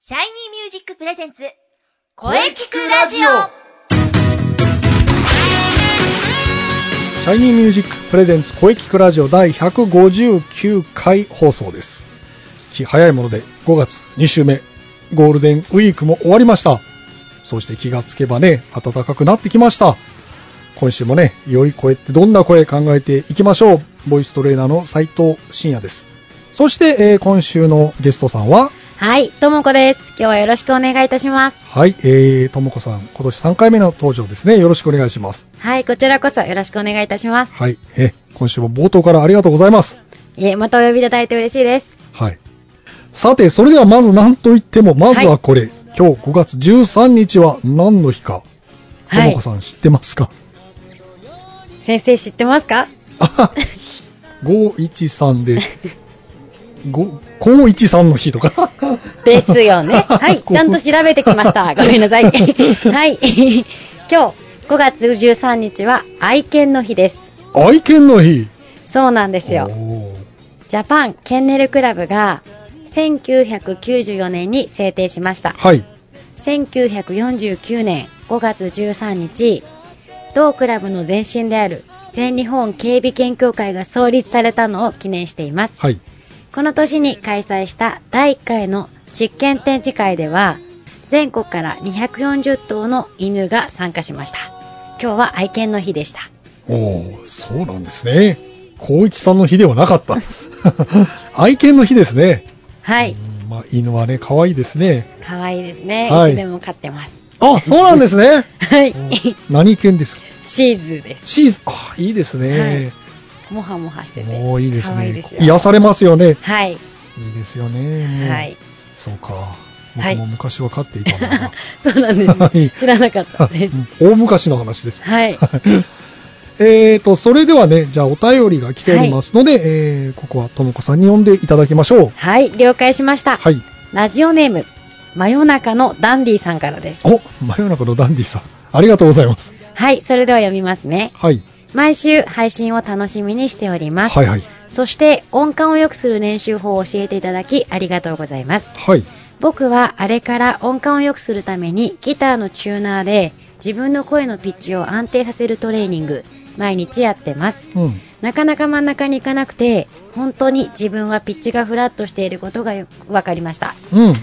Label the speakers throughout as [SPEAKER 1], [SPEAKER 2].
[SPEAKER 1] シャイニーミュージックプレゼンツ、
[SPEAKER 2] 声聞くラジオシャイニーミュージックプレゼンツ声聞くラジオ第159回放送です。気早いもので5月2週目、ゴールデンウィークも終わりました。そして気がつけばね、暖かくなってきました。今週もね、良い声ってどんな声考えていきましょう。ボイストレーナーの斉藤慎也です。そして、えー今週のゲストさんは、
[SPEAKER 3] はい、ともこです。今日はよろしくお願いいたします。
[SPEAKER 2] はい、えー、ともこさん、今年3回目の登場ですね。よろしくお願いします。
[SPEAKER 3] はい、こちらこそよろしくお願いいたします。
[SPEAKER 2] はい、えー今週も冒頭からありがとうございます。
[SPEAKER 3] いえ、またお呼びいただいて嬉しいです。
[SPEAKER 2] はい。さて、それではまず何と言っても、まずはこれ。今日5月13日は何の日か。と
[SPEAKER 3] は
[SPEAKER 2] も
[SPEAKER 3] い
[SPEAKER 2] こ。さん知ってますか、
[SPEAKER 3] 先生知ってますか
[SPEAKER 2] あはは ?513 で、ご513の日とか。
[SPEAKER 3] ですよ ね。はい、ちゃんと調べてきました。ごめんなさい。 はい。今日、5月13日は愛犬の日です。
[SPEAKER 2] 愛犬の日。
[SPEAKER 3] そうなんですよ。
[SPEAKER 2] おー
[SPEAKER 3] ジャパンケンネルクラブが1994年に制定しました。
[SPEAKER 2] はい。
[SPEAKER 3] 1949年5月13日、同クラブの前身である全日本警備犬協会が創立されたのを記念しています。
[SPEAKER 2] はい。
[SPEAKER 3] この年に開催した第1回の実験展示会では、全国から240頭の犬が参加しました。今日は愛犬の日でした。
[SPEAKER 2] おーそうなんですね。高一さんの日ではな かった。愛犬の日ですね。
[SPEAKER 3] はい。
[SPEAKER 2] うんまあ、犬はね、可愛いですね。
[SPEAKER 3] 可愛いですね。
[SPEAKER 2] はい
[SPEAKER 3] いつでも飼ってます。
[SPEAKER 2] あ、そうなんですね。
[SPEAKER 3] はい。
[SPEAKER 2] 何犬ですか
[SPEAKER 3] シーズーです。
[SPEAKER 2] シーズン、あ、いいですね。
[SPEAKER 3] もはもはしてて。
[SPEAKER 2] もういいです
[SPEAKER 3] 可愛い
[SPEAKER 2] ね
[SPEAKER 3] です。よ
[SPEAKER 2] 癒されますよね。
[SPEAKER 3] はい。
[SPEAKER 2] いいですよね。もう
[SPEAKER 3] はい。。
[SPEAKER 2] そうか。
[SPEAKER 3] はい
[SPEAKER 2] 僕も昔は飼っていたん だな。
[SPEAKER 3] そうなんです、
[SPEAKER 2] はい
[SPEAKER 3] 知らなかったです。
[SPEAKER 2] 大昔の話です。
[SPEAKER 3] はい。
[SPEAKER 2] えーと、それではね、じゃあお便りが来ておりますので、えーここはともこさんに呼んでいただきましょう。
[SPEAKER 3] はい、了解しました。
[SPEAKER 2] はい。
[SPEAKER 3] ラジオネーム、真夜中のダンディさんからです。
[SPEAKER 2] お、真夜中のダンディさん。ありがとうございます。
[SPEAKER 3] はい、それでは読みますね。
[SPEAKER 2] はい。
[SPEAKER 3] 毎週配信を楽しみにしております。
[SPEAKER 2] はいはい。
[SPEAKER 3] そして、音感を良くする練習法を教えていただき、ありがとうございます。
[SPEAKER 2] はい。
[SPEAKER 3] 僕はあれから音感を良くするためにギターのチューナーで自分の声のピッチを安定させるトレーニング、毎日やってます。
[SPEAKER 2] うん。
[SPEAKER 3] なかなか真ん中に行かなくて、本当に自分はピッチがフラットしていることがよく分かりました。
[SPEAKER 2] うん、うん。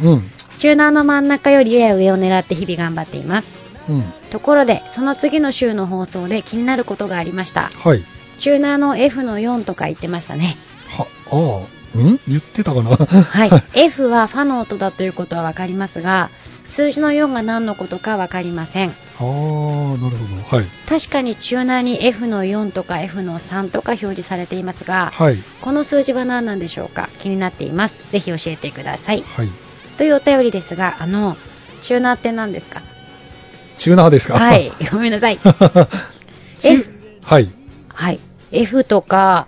[SPEAKER 3] チューナーの真ん中よりやや上を狙って日々頑張っています。
[SPEAKER 2] うん。
[SPEAKER 3] ところで、その次の週の放送で気になることがありました。
[SPEAKER 2] はい。
[SPEAKER 3] チューナーの F の4とか言ってましたね。
[SPEAKER 2] は、ああ、ん言ってたかなは
[SPEAKER 3] はい。F はファの音だということはわかりますが、数字の4が何のことかわかりません。
[SPEAKER 2] ああ、なるほど。はい。
[SPEAKER 3] 確かにチューナーに F の4とか F の3とか表示されていますが、
[SPEAKER 2] はい。
[SPEAKER 3] この数字は何なんでしょうか気になっています。ぜひ教えてください。
[SPEAKER 2] はい。
[SPEAKER 3] というお便りですが、あの、チューナーって何ですか
[SPEAKER 2] チューナーですか
[SPEAKER 3] はい。。ごめんなさい。
[SPEAKER 2] チュはい。
[SPEAKER 3] はい。F とか、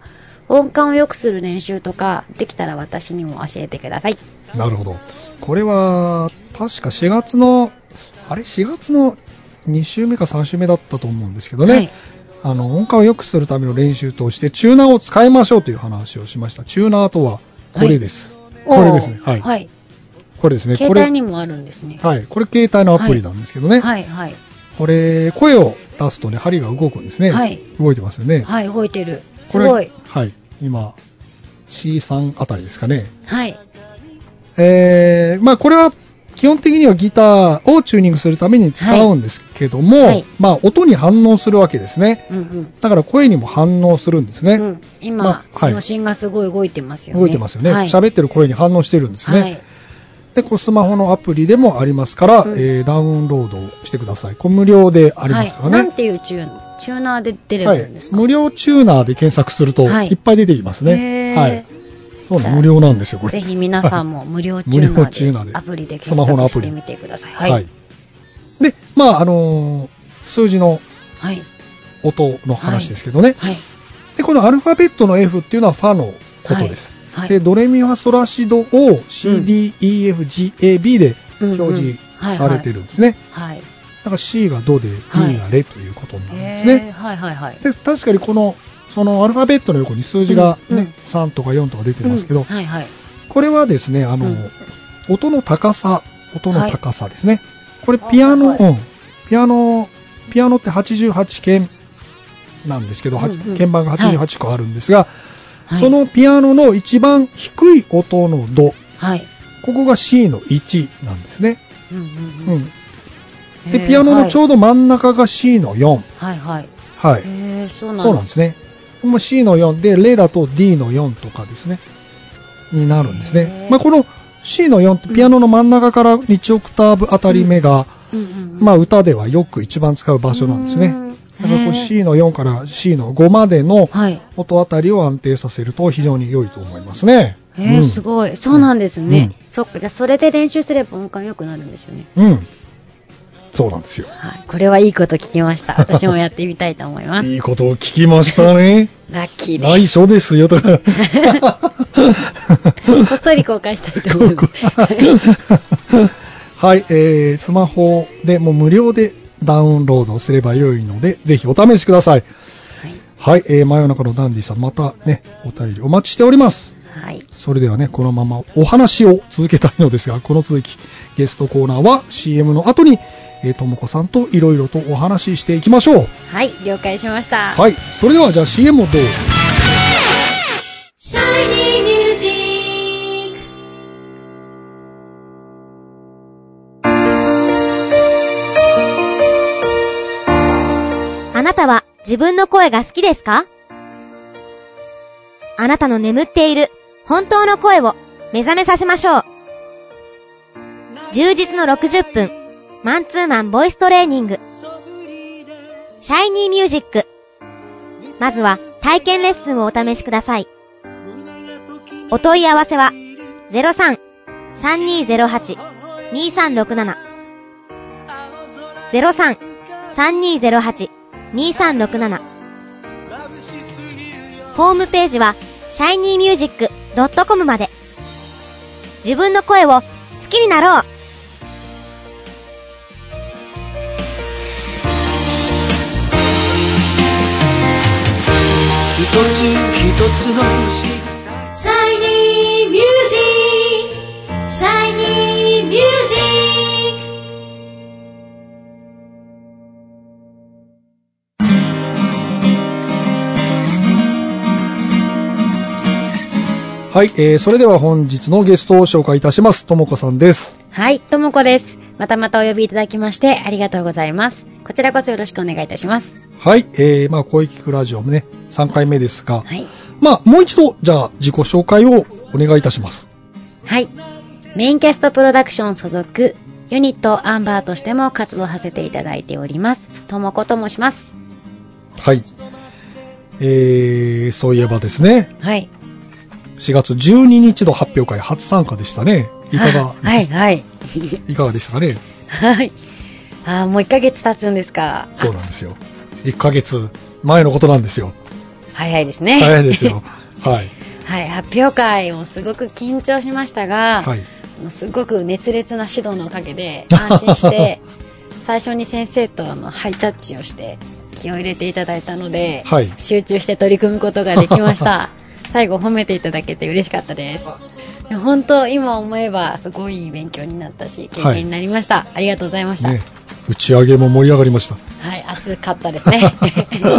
[SPEAKER 3] 音感を良くする練習とか、できたら私にも教えてください。
[SPEAKER 2] なるほど。これは、確か4月の、あれ ?4 月の2週目か3週目だったと思うんですけどね。
[SPEAKER 3] はい。
[SPEAKER 2] あの、音感を良くするための練習として、チューナーを使いましょうという話をしました。チューナーとは、これです。これですね。
[SPEAKER 3] おー
[SPEAKER 2] はい。
[SPEAKER 3] はい。
[SPEAKER 2] これですね。こ
[SPEAKER 3] 携
[SPEAKER 2] れ
[SPEAKER 3] 帯、にもあるんですね。
[SPEAKER 2] はい。これ携帯のアプリなんですけどね。
[SPEAKER 3] はい、はい。
[SPEAKER 2] これ、声を出すとね、針が動くんですね。
[SPEAKER 3] はい
[SPEAKER 2] 動いてますよね。
[SPEAKER 3] はい、動いてる。
[SPEAKER 2] こ
[SPEAKER 3] す
[SPEAKER 2] れ
[SPEAKER 3] ごい。
[SPEAKER 2] はい。今、C3 あたりですかね。
[SPEAKER 3] はい。
[SPEAKER 2] えー、まあこれは基本的にはギターをチューニングするために使うんですけども、
[SPEAKER 3] はいはい
[SPEAKER 2] まあ音に反応するわけですね。
[SPEAKER 3] うんうん。
[SPEAKER 2] だから声にも反応するんですね。
[SPEAKER 3] うん、今
[SPEAKER 2] ま、はい
[SPEAKER 3] 脳心がすごい動いてますよね。
[SPEAKER 2] 動いてますよね。
[SPEAKER 3] はい
[SPEAKER 2] 喋、ってる声に反応してるんですね。
[SPEAKER 3] はい。
[SPEAKER 2] で、こうスマホのアプリでもありますから、
[SPEAKER 3] うん
[SPEAKER 2] えーダウンロードしてください。これ無料でありますからね。
[SPEAKER 3] はい。なんていうチューナー、チューナーで出れ
[SPEAKER 2] は
[SPEAKER 3] るんで
[SPEAKER 2] い
[SPEAKER 3] す、か、
[SPEAKER 2] 無料チューナーで検索すると、
[SPEAKER 3] はい
[SPEAKER 2] いっぱい出てきますね。
[SPEAKER 3] へー
[SPEAKER 2] はい。そう
[SPEAKER 3] じ
[SPEAKER 2] な
[SPEAKER 3] ゃあ
[SPEAKER 2] の無料なんですよ、これ。
[SPEAKER 3] ぜひ皆さんも無料チュ
[SPEAKER 2] 無料チュー
[SPEAKER 3] ー
[SPEAKER 2] ナ
[SPEAKER 3] ナ
[SPEAKER 2] ー
[SPEAKER 3] ー
[SPEAKER 2] で
[SPEAKER 3] で、アプリで
[SPEAKER 2] スマ
[SPEAKER 3] 検
[SPEAKER 2] ホのア
[SPEAKER 3] 索
[SPEAKER 2] プ
[SPEAKER 3] し
[SPEAKER 2] リ
[SPEAKER 3] てみてください。
[SPEAKER 2] はい。で、まあ、あのー数字の
[SPEAKER 3] はい。
[SPEAKER 2] 音の話ですけどね。
[SPEAKER 3] はい。
[SPEAKER 2] で、このアルファベットの F っていうのはファのことです。
[SPEAKER 3] はい。
[SPEAKER 2] で、ドレミファソラシドを CDEFGAB で表示されてるんですね。
[SPEAKER 3] はい。
[SPEAKER 2] だから C がドで、
[SPEAKER 3] はい
[SPEAKER 2] B がレということになるんです
[SPEAKER 3] へー
[SPEAKER 2] ね。
[SPEAKER 3] はいはいはい。
[SPEAKER 2] で、確かにこの、そのアルファベットの横に数字が
[SPEAKER 3] う
[SPEAKER 2] ね、
[SPEAKER 3] んうん
[SPEAKER 2] 3とか4とか出てますけど、
[SPEAKER 3] うんはいはい。
[SPEAKER 2] これはですね、あの、
[SPEAKER 3] うん
[SPEAKER 2] 音の高さ音の高さですね。これピアノ、
[SPEAKER 3] あはい
[SPEAKER 2] うん。ピアノ、ピアノって88鍵なんですけど、は
[SPEAKER 3] うんうん
[SPEAKER 2] 鍵盤が88個あるんですが、
[SPEAKER 3] はい
[SPEAKER 2] そのピアノの一番低い音のド、
[SPEAKER 3] はい。
[SPEAKER 2] ここが C の1なんですね。
[SPEAKER 3] うんう
[SPEAKER 2] うんん。
[SPEAKER 3] うん。
[SPEAKER 2] で、ピアノのちょ
[SPEAKER 3] う
[SPEAKER 2] うど真ん中が C の4。
[SPEAKER 3] ど。はいはい。
[SPEAKER 2] はい。
[SPEAKER 3] へえ、そうな
[SPEAKER 2] そうなん
[SPEAKER 3] ん
[SPEAKER 2] ですね。これも C の4で、0だと D の4とかですね。になるんです
[SPEAKER 3] へ
[SPEAKER 2] ね
[SPEAKER 3] ー。
[SPEAKER 2] まあ、この C の4ってピアノの真ん中から1オクターブあたり目が、ま
[SPEAKER 3] あ、
[SPEAKER 2] あ、歌ではよく一番使う場所なんですね。だからこ
[SPEAKER 3] へ
[SPEAKER 2] う
[SPEAKER 3] ー
[SPEAKER 2] C の4から C の5までの
[SPEAKER 3] はい。
[SPEAKER 2] 音あたりを安定させると非常に良いと思いますね。
[SPEAKER 3] へえ、
[SPEAKER 2] うん
[SPEAKER 3] すごい。そうなんですね。そっか。じゃあ、それで練習すれば音感良くなるんですよね。
[SPEAKER 2] うん。そうなんですよ。
[SPEAKER 3] はい。これはいいこと聞きま した。私もやってみたいと思います。
[SPEAKER 2] いいことを聞きましたね。
[SPEAKER 3] ラッキー
[SPEAKER 2] 来
[SPEAKER 3] です。
[SPEAKER 2] 所ですよ、とか。
[SPEAKER 3] こっそり公開したいと思いま す。
[SPEAKER 2] はい、えー、スマホでもう無料でダウンロードすれば良いので、ぜひお試しください。はい、えー、真夜中のダンディさん、またね、お便りお待ちしております。
[SPEAKER 3] はい。
[SPEAKER 2] それではね、このままお話を続けたいのですが、この続き、ゲストコーナーは CM の後に、えー、ともこさんといろいろとお話ししていきましょう。
[SPEAKER 3] はい。了解しました。
[SPEAKER 2] はい、それではじゃあ CM をどうぞ。
[SPEAKER 1] あなたは自分の声が好きですかあなたの眠っている本当の声を目覚めさせましょう。充実の60分、マンツーマンボイストレーニング、シャイニーミュージック。まずは体験レッスンをお試しください。お問い合わせは03-3208-2367 03-3208-2367ホームページは shinymusic.com まで自分の声を好きになろう
[SPEAKER 4] 一つ一つの仕草
[SPEAKER 1] !Shiny Music! Shiny Music!
[SPEAKER 2] はい、えー、それでは本日のゲストを紹介いたします。ともこさんです。
[SPEAKER 3] はい、ともこです。またまたお呼びいただきましてありがとうございます。こちらこそよろしくお願いいたします。
[SPEAKER 2] はい、えー、まあ、声聞くラジオもね、3回目ですが、
[SPEAKER 3] はい。
[SPEAKER 2] まあ、もう一度、じゃあ、自己紹介をお願いいたします。
[SPEAKER 3] はい。メインキャストプロダクション所属、ユニットアンバーとしても活動させていただいております。ともこと申します。
[SPEAKER 2] はい。えー、そういえばですね、
[SPEAKER 3] はい。
[SPEAKER 2] 4月12日の発表会初参加でしたね。いかが、
[SPEAKER 3] はい、はい。
[SPEAKER 2] いかがでしたかね
[SPEAKER 3] はい。あーもう1ヶ月経つんですか。
[SPEAKER 2] そうなんですよ。1ヶ月前のことなんですよ。
[SPEAKER 3] 早いですね。
[SPEAKER 2] 大変ですよ。。はい。
[SPEAKER 3] はい、発表会もすごく緊張しましたが、
[SPEAKER 2] はい。
[SPEAKER 3] もうすごく熱烈な指導のおかげ で安心して最初に先生とあのハイタッチをして気を入れていただいたので、
[SPEAKER 2] はい
[SPEAKER 3] 集中して取り組むことができました 最後褒めていただけて嬉しかったですいや本当今思えばすごい勉強になったし経験になりました、ありがとうございました、
[SPEAKER 2] ね、打ち上げも盛り上がりました。
[SPEAKER 3] はい熱かった ですね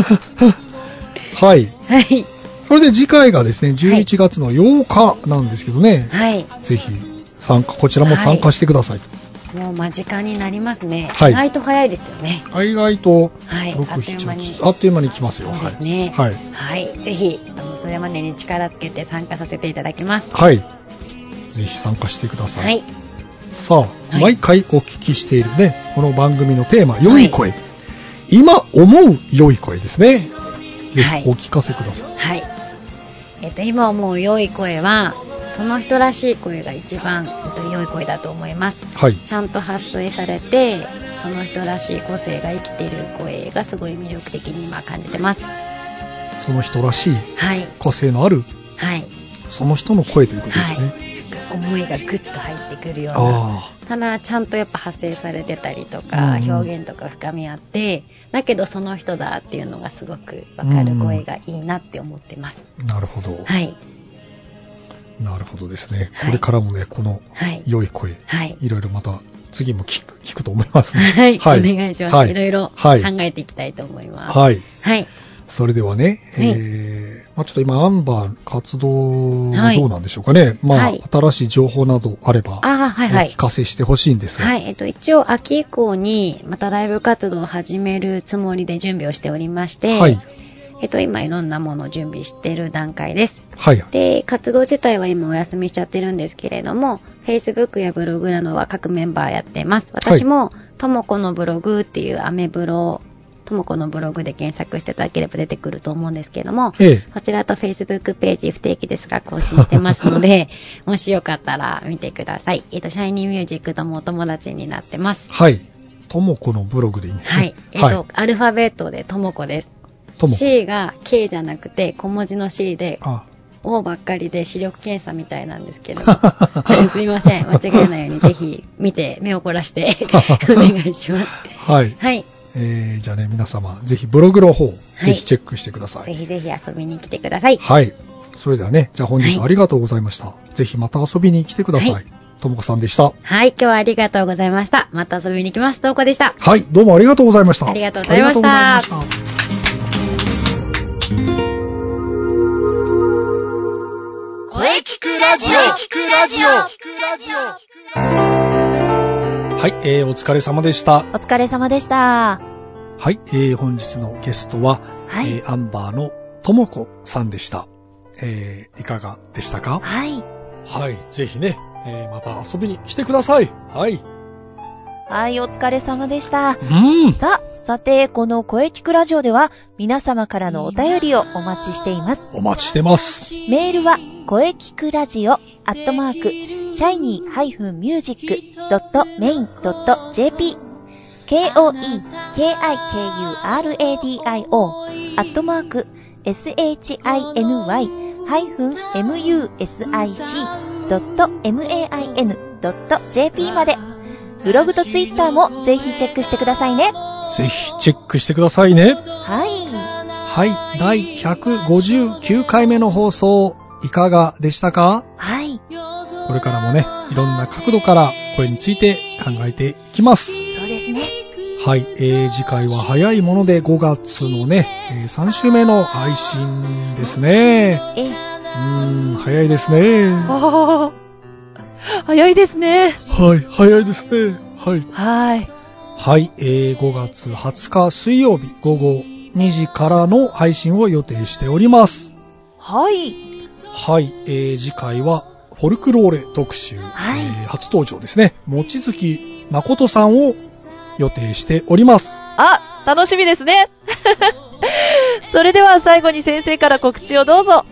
[SPEAKER 2] はい。
[SPEAKER 3] はい
[SPEAKER 2] それで次回がですね、11月の8日なんですけどね、
[SPEAKER 3] はい
[SPEAKER 2] ぜひ参加、こちらも参加してください。
[SPEAKER 3] もう間近になりますね、
[SPEAKER 2] はい
[SPEAKER 3] 意外と早いですよね
[SPEAKER 2] 意外と、
[SPEAKER 3] はい
[SPEAKER 2] 6、
[SPEAKER 3] あっという間に
[SPEAKER 2] 7、あっという間に来ますよ。
[SPEAKER 3] そうですね。
[SPEAKER 2] はい。
[SPEAKER 3] はい。ぜひ、あの、それまでに力つけて参加させていただきます。
[SPEAKER 2] はい。ぜひ参加してください。
[SPEAKER 3] はい。
[SPEAKER 2] さあ、
[SPEAKER 3] い
[SPEAKER 2] 毎回お聞きしているね、この番組のテーマ、
[SPEAKER 3] い
[SPEAKER 2] 良い声。今思う良い声ですね。ぜ
[SPEAKER 3] はい
[SPEAKER 2] ひお聞かせください。
[SPEAKER 3] はい。えっと、今思う良い声は、その人らしい声が一番、えっと、良い声だと思います。
[SPEAKER 2] はい。
[SPEAKER 3] ちゃんと発声されて、その人らしい個性が生きている声がすごい魅力的に今感じてます。
[SPEAKER 2] その人らしい、
[SPEAKER 3] はい。
[SPEAKER 2] 個性のある、
[SPEAKER 3] はい。
[SPEAKER 2] その人の声ということですね。
[SPEAKER 3] はい。思いがぐっと入ってくるような。
[SPEAKER 2] あ
[SPEAKER 3] ただちゃんとやっぱ派生されてたりとか、
[SPEAKER 2] うん
[SPEAKER 3] 表現とか深みあってだけどその人だっていうのがすごくわかる声がいいなって思ってます、
[SPEAKER 2] あ、なるほど。
[SPEAKER 3] はい
[SPEAKER 2] なるほどですね。
[SPEAKER 3] はい
[SPEAKER 2] これからもね、この
[SPEAKER 3] はい。
[SPEAKER 2] 良い声、
[SPEAKER 3] はい。
[SPEAKER 2] いろいろまた次も聞く聞くと思いますね。
[SPEAKER 3] はい。お願いします。
[SPEAKER 2] はい
[SPEAKER 3] ろいろ考
[SPEAKER 2] はい
[SPEAKER 3] えていきたいと思います。はい。
[SPEAKER 2] はい。
[SPEAKER 3] はい。
[SPEAKER 2] それではね、
[SPEAKER 3] はい
[SPEAKER 2] えーまあ、ちょっと今、アンバー活動
[SPEAKER 3] は
[SPEAKER 2] はいどうなんでしょうかね。まあ、
[SPEAKER 3] はい
[SPEAKER 2] 新しい情報などあれば、
[SPEAKER 3] ああ、はいは
[SPEAKER 2] お
[SPEAKER 3] い
[SPEAKER 2] 聞。かせしてほしいんですが。
[SPEAKER 3] はい。えっと、一応、秋以降に、またライブ活動を始めるつもりで準備をしておりまして、
[SPEAKER 2] はい。
[SPEAKER 3] えっと、今いろんなものを準備してる段階です。
[SPEAKER 2] はい。
[SPEAKER 3] で、活動自体は今お休みしちゃってるんですけれども、Facebook やブログなどは各メンバーやってます。私も、ともこのブログっていうアメブロ、ともこのブログで検索していただければ出てくると思うんですけども、
[SPEAKER 2] ええ。
[SPEAKER 3] こちらと Facebook ページ不定期ですが更新してますの で、もしよかったら見てください。えっ、と、シャイニーミュージックともお友達になってます。
[SPEAKER 2] はい。ともこのブログでいいんです
[SPEAKER 3] はい
[SPEAKER 2] ね。。
[SPEAKER 3] えっ、と、アルファベットでともこです。
[SPEAKER 2] とも。
[SPEAKER 3] C が K じゃなくて小文字の C で
[SPEAKER 2] あ
[SPEAKER 3] O ばっかりで視力検査みたいなんですけど すいません間違えないようにぜひ見て目を凝らして お願いします
[SPEAKER 2] はい。
[SPEAKER 3] はい
[SPEAKER 2] えー、じゃあね、皆様、ぜひブログの方、
[SPEAKER 3] い
[SPEAKER 2] ぜひチェックしてくださ
[SPEAKER 3] ぜ
[SPEAKER 2] い。
[SPEAKER 3] ひぜひ遊びに来てください
[SPEAKER 2] はい。それではね、じゃあ本日
[SPEAKER 3] はい
[SPEAKER 2] ありがとうございました。ぜひまた遊びに来てくださ
[SPEAKER 3] はい
[SPEAKER 2] い。ともこさんでした。
[SPEAKER 3] はい今日はありがとうございましたまた遊びに来ますどうこでした
[SPEAKER 2] はい、どうもありがとうございました。
[SPEAKER 3] ありがとうございました
[SPEAKER 2] ありがとうございました
[SPEAKER 4] 声聞くラジオ聞くラジオ聞くラジオ
[SPEAKER 2] はい、えー、お疲れ様でした。
[SPEAKER 1] お疲れ様でした。
[SPEAKER 2] はい、えー、本日のゲストは、
[SPEAKER 1] はい。
[SPEAKER 2] えーアンバーのともこさんでした。えー、いかがでしたか
[SPEAKER 1] はい。
[SPEAKER 2] はい、ぜひね、えー、また遊びに来てください。はい。
[SPEAKER 1] はい、お疲れ様でした。
[SPEAKER 2] うん。
[SPEAKER 1] さあ、さて、この声聞くラジオでは、皆様からのお便りをお待ちしています。
[SPEAKER 2] お待ちしてます。
[SPEAKER 1] メールは、声聞くラジオ、アットマーク、shiny-music.main.jp、k-o-e-k-i-k-u-r-a-d-i-o、アットマーク、shiny-music.main.jp まで、ブログとツイッターもぜひチェックしてくださいね。
[SPEAKER 2] ぜひチェックしてくださいね。
[SPEAKER 1] はい。
[SPEAKER 2] はい、第159回目の放送、いかがでしたか
[SPEAKER 1] はい。
[SPEAKER 2] これからもね、いろんな角度から声について考えていきます。
[SPEAKER 1] そうですね。
[SPEAKER 2] はい、えー、次回は早いもので5月のね、えー3週目の配信ですね。
[SPEAKER 1] ええ、
[SPEAKER 2] うーん、早いですね。は
[SPEAKER 5] ああ、早いですね。
[SPEAKER 2] い、早いですね。はい。
[SPEAKER 5] はい。
[SPEAKER 2] はい、えー、5月20日水曜日午後2時からの配信を予定しております。
[SPEAKER 5] はい。
[SPEAKER 2] はい、えー、次回はフォルクローレ特集、
[SPEAKER 1] はい
[SPEAKER 2] えー初登場ですね。望月誠さんを予定しております。
[SPEAKER 5] あ、楽しみですね。 それでは最後に先生から告知をどうぞ。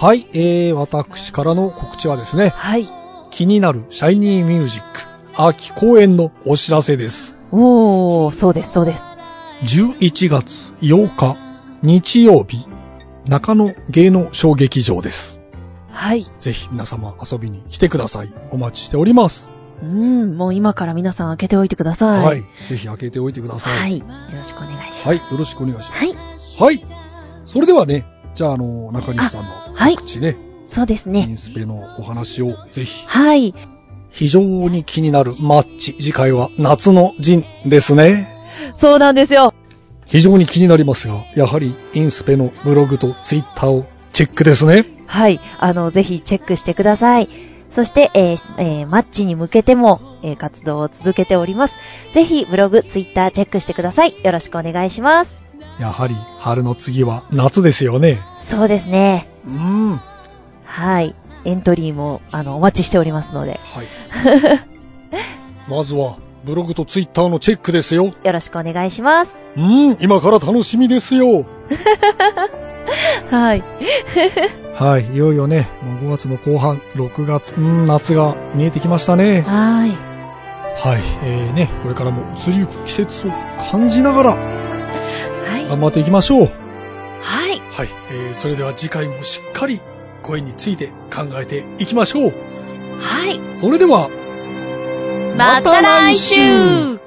[SPEAKER 2] はい、えー、私からの告知はですね、
[SPEAKER 5] はい。
[SPEAKER 2] 気になるシャイニーミュージック秋公演のお知らせです。
[SPEAKER 5] おー、そうです、そうです。
[SPEAKER 2] 11月8日日曜日、中野芸能小劇場です。
[SPEAKER 5] はい。
[SPEAKER 2] ぜひ皆様遊びに来てください。お待ちしております。
[SPEAKER 5] うん、もう今から皆さん開けておいてください。
[SPEAKER 2] はい。。ぜひ開けておいてくださ。
[SPEAKER 5] はいい。よろしくお願いします。
[SPEAKER 2] はい。よろしくお願いしま
[SPEAKER 1] はい。
[SPEAKER 2] す。はい。それではね、じゃあ、あの、中西さんの
[SPEAKER 5] はい
[SPEAKER 2] 告知ね、
[SPEAKER 1] そうです
[SPEAKER 2] イ
[SPEAKER 1] ね。
[SPEAKER 2] ンスペのお話をぜひ。
[SPEAKER 5] はい。
[SPEAKER 2] 非常に気になるマッチ。次回は夏の陣ですね。
[SPEAKER 5] そうなんですよ。
[SPEAKER 2] 非常に気になりますが、やはりインスペのブログとツイッターをチェックですね。
[SPEAKER 5] はい。あの、ぜひチェックしてください。そして、えーえーマッチに向けても、えー活動を続けております。ぜひ、ブログ、ツイッターチェックしてください。よろしくお願いします。
[SPEAKER 2] やはり春の次は夏ですよね。
[SPEAKER 5] そうですね。
[SPEAKER 2] うん。は
[SPEAKER 5] はい。エントリーも、あの、お待ちしておりますので、
[SPEAKER 2] い。 まずはブログとツイッターのチェックですよ。
[SPEAKER 5] よろしくお願いします。
[SPEAKER 2] うん、今から楽しみですよ。
[SPEAKER 5] はい。
[SPEAKER 2] はい、いよいよね、もう5月の後半、6月、うん、夏が見えてきましたね。
[SPEAKER 5] は
[SPEAKER 2] はい、えーね、これからも移りゆく季節を感じながら
[SPEAKER 5] い。は
[SPEAKER 2] 頑張っていきましょう。
[SPEAKER 5] い。はい。
[SPEAKER 2] はい、えー、それでは次回もしっかり声について考えていきましょう。
[SPEAKER 5] はい。
[SPEAKER 2] それでは、
[SPEAKER 5] また来週